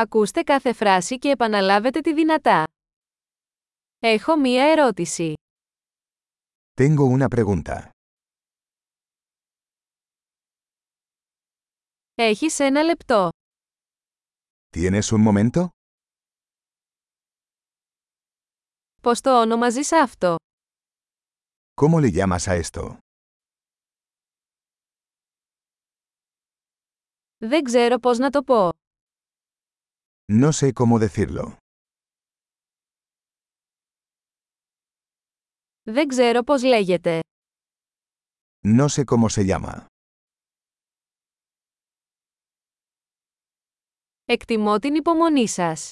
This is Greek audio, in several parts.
Ακούστε κάθε φράση και επαναλάβετε τη δυνατά. Έχω μία ερώτηση. Tengo una pregunta. Έχεις ένα λεπτό. ¿Tienes un momento? Πώς το ονομαζείς αυτό. ¿Cómo le llamas a esto? Δεν ξέρω πώς να το πω. No sé cómo decirlo. Δεν ξέρω πώς λέγεται. No sé cómo se llama. Εκτιμώ την υπομονή σας.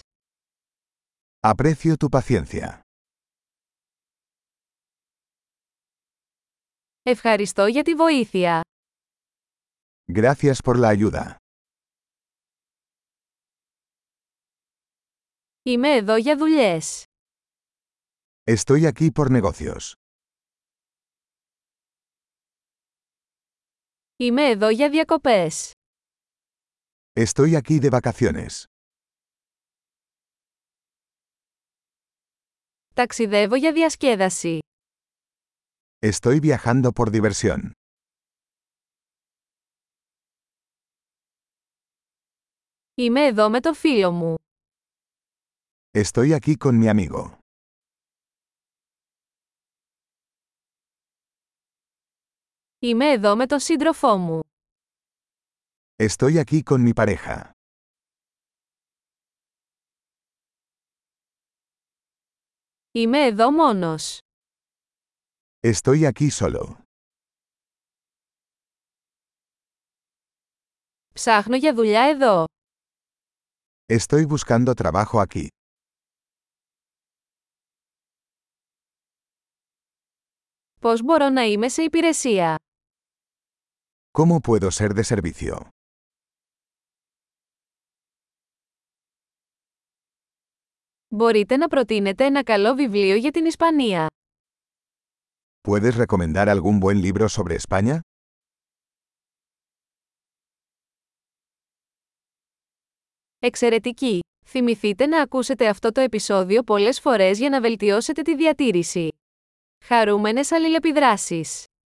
Aprecio tu paciencia. Ευχαριστώ για τη βοήθεια. Gracias por la ayuda. Είμαι εδώ για δουλειές. Estoy aquí por negocios. Είμαι εδώ για διακοπές. Estoy aquí de vacaciones. Ταξιδεύω για διασκέδαση. Estoy viajando por diversión. Είμαι εδώ με το φίλο μου. Estoy aquí con mi amigo. Είμαι εδώ με τον σύντροφό μου. Estoy aquí con mi pareja. Είμαι εδώ μόνος. Estoy aquí solo. Ψάχνω για δουλειά εδώ. Estoy buscando trabajo aquí. Πώς μπορώ να είμαι σε υπηρεσία. ¿Cómo puedo ser de servicio? Μπορείτε να προτείνετε ένα καλό βιβλίο για την Ισπανία. ¿Puedes recomendar algún buen libro sobre España? Εξαιρετική! Θυμηθείτε να ακούσετε αυτό το επεισόδιο πολλές φορές για να βελτιώσετε τη διατήρηση. Χαρούμενες αλληλεπιδράσεις!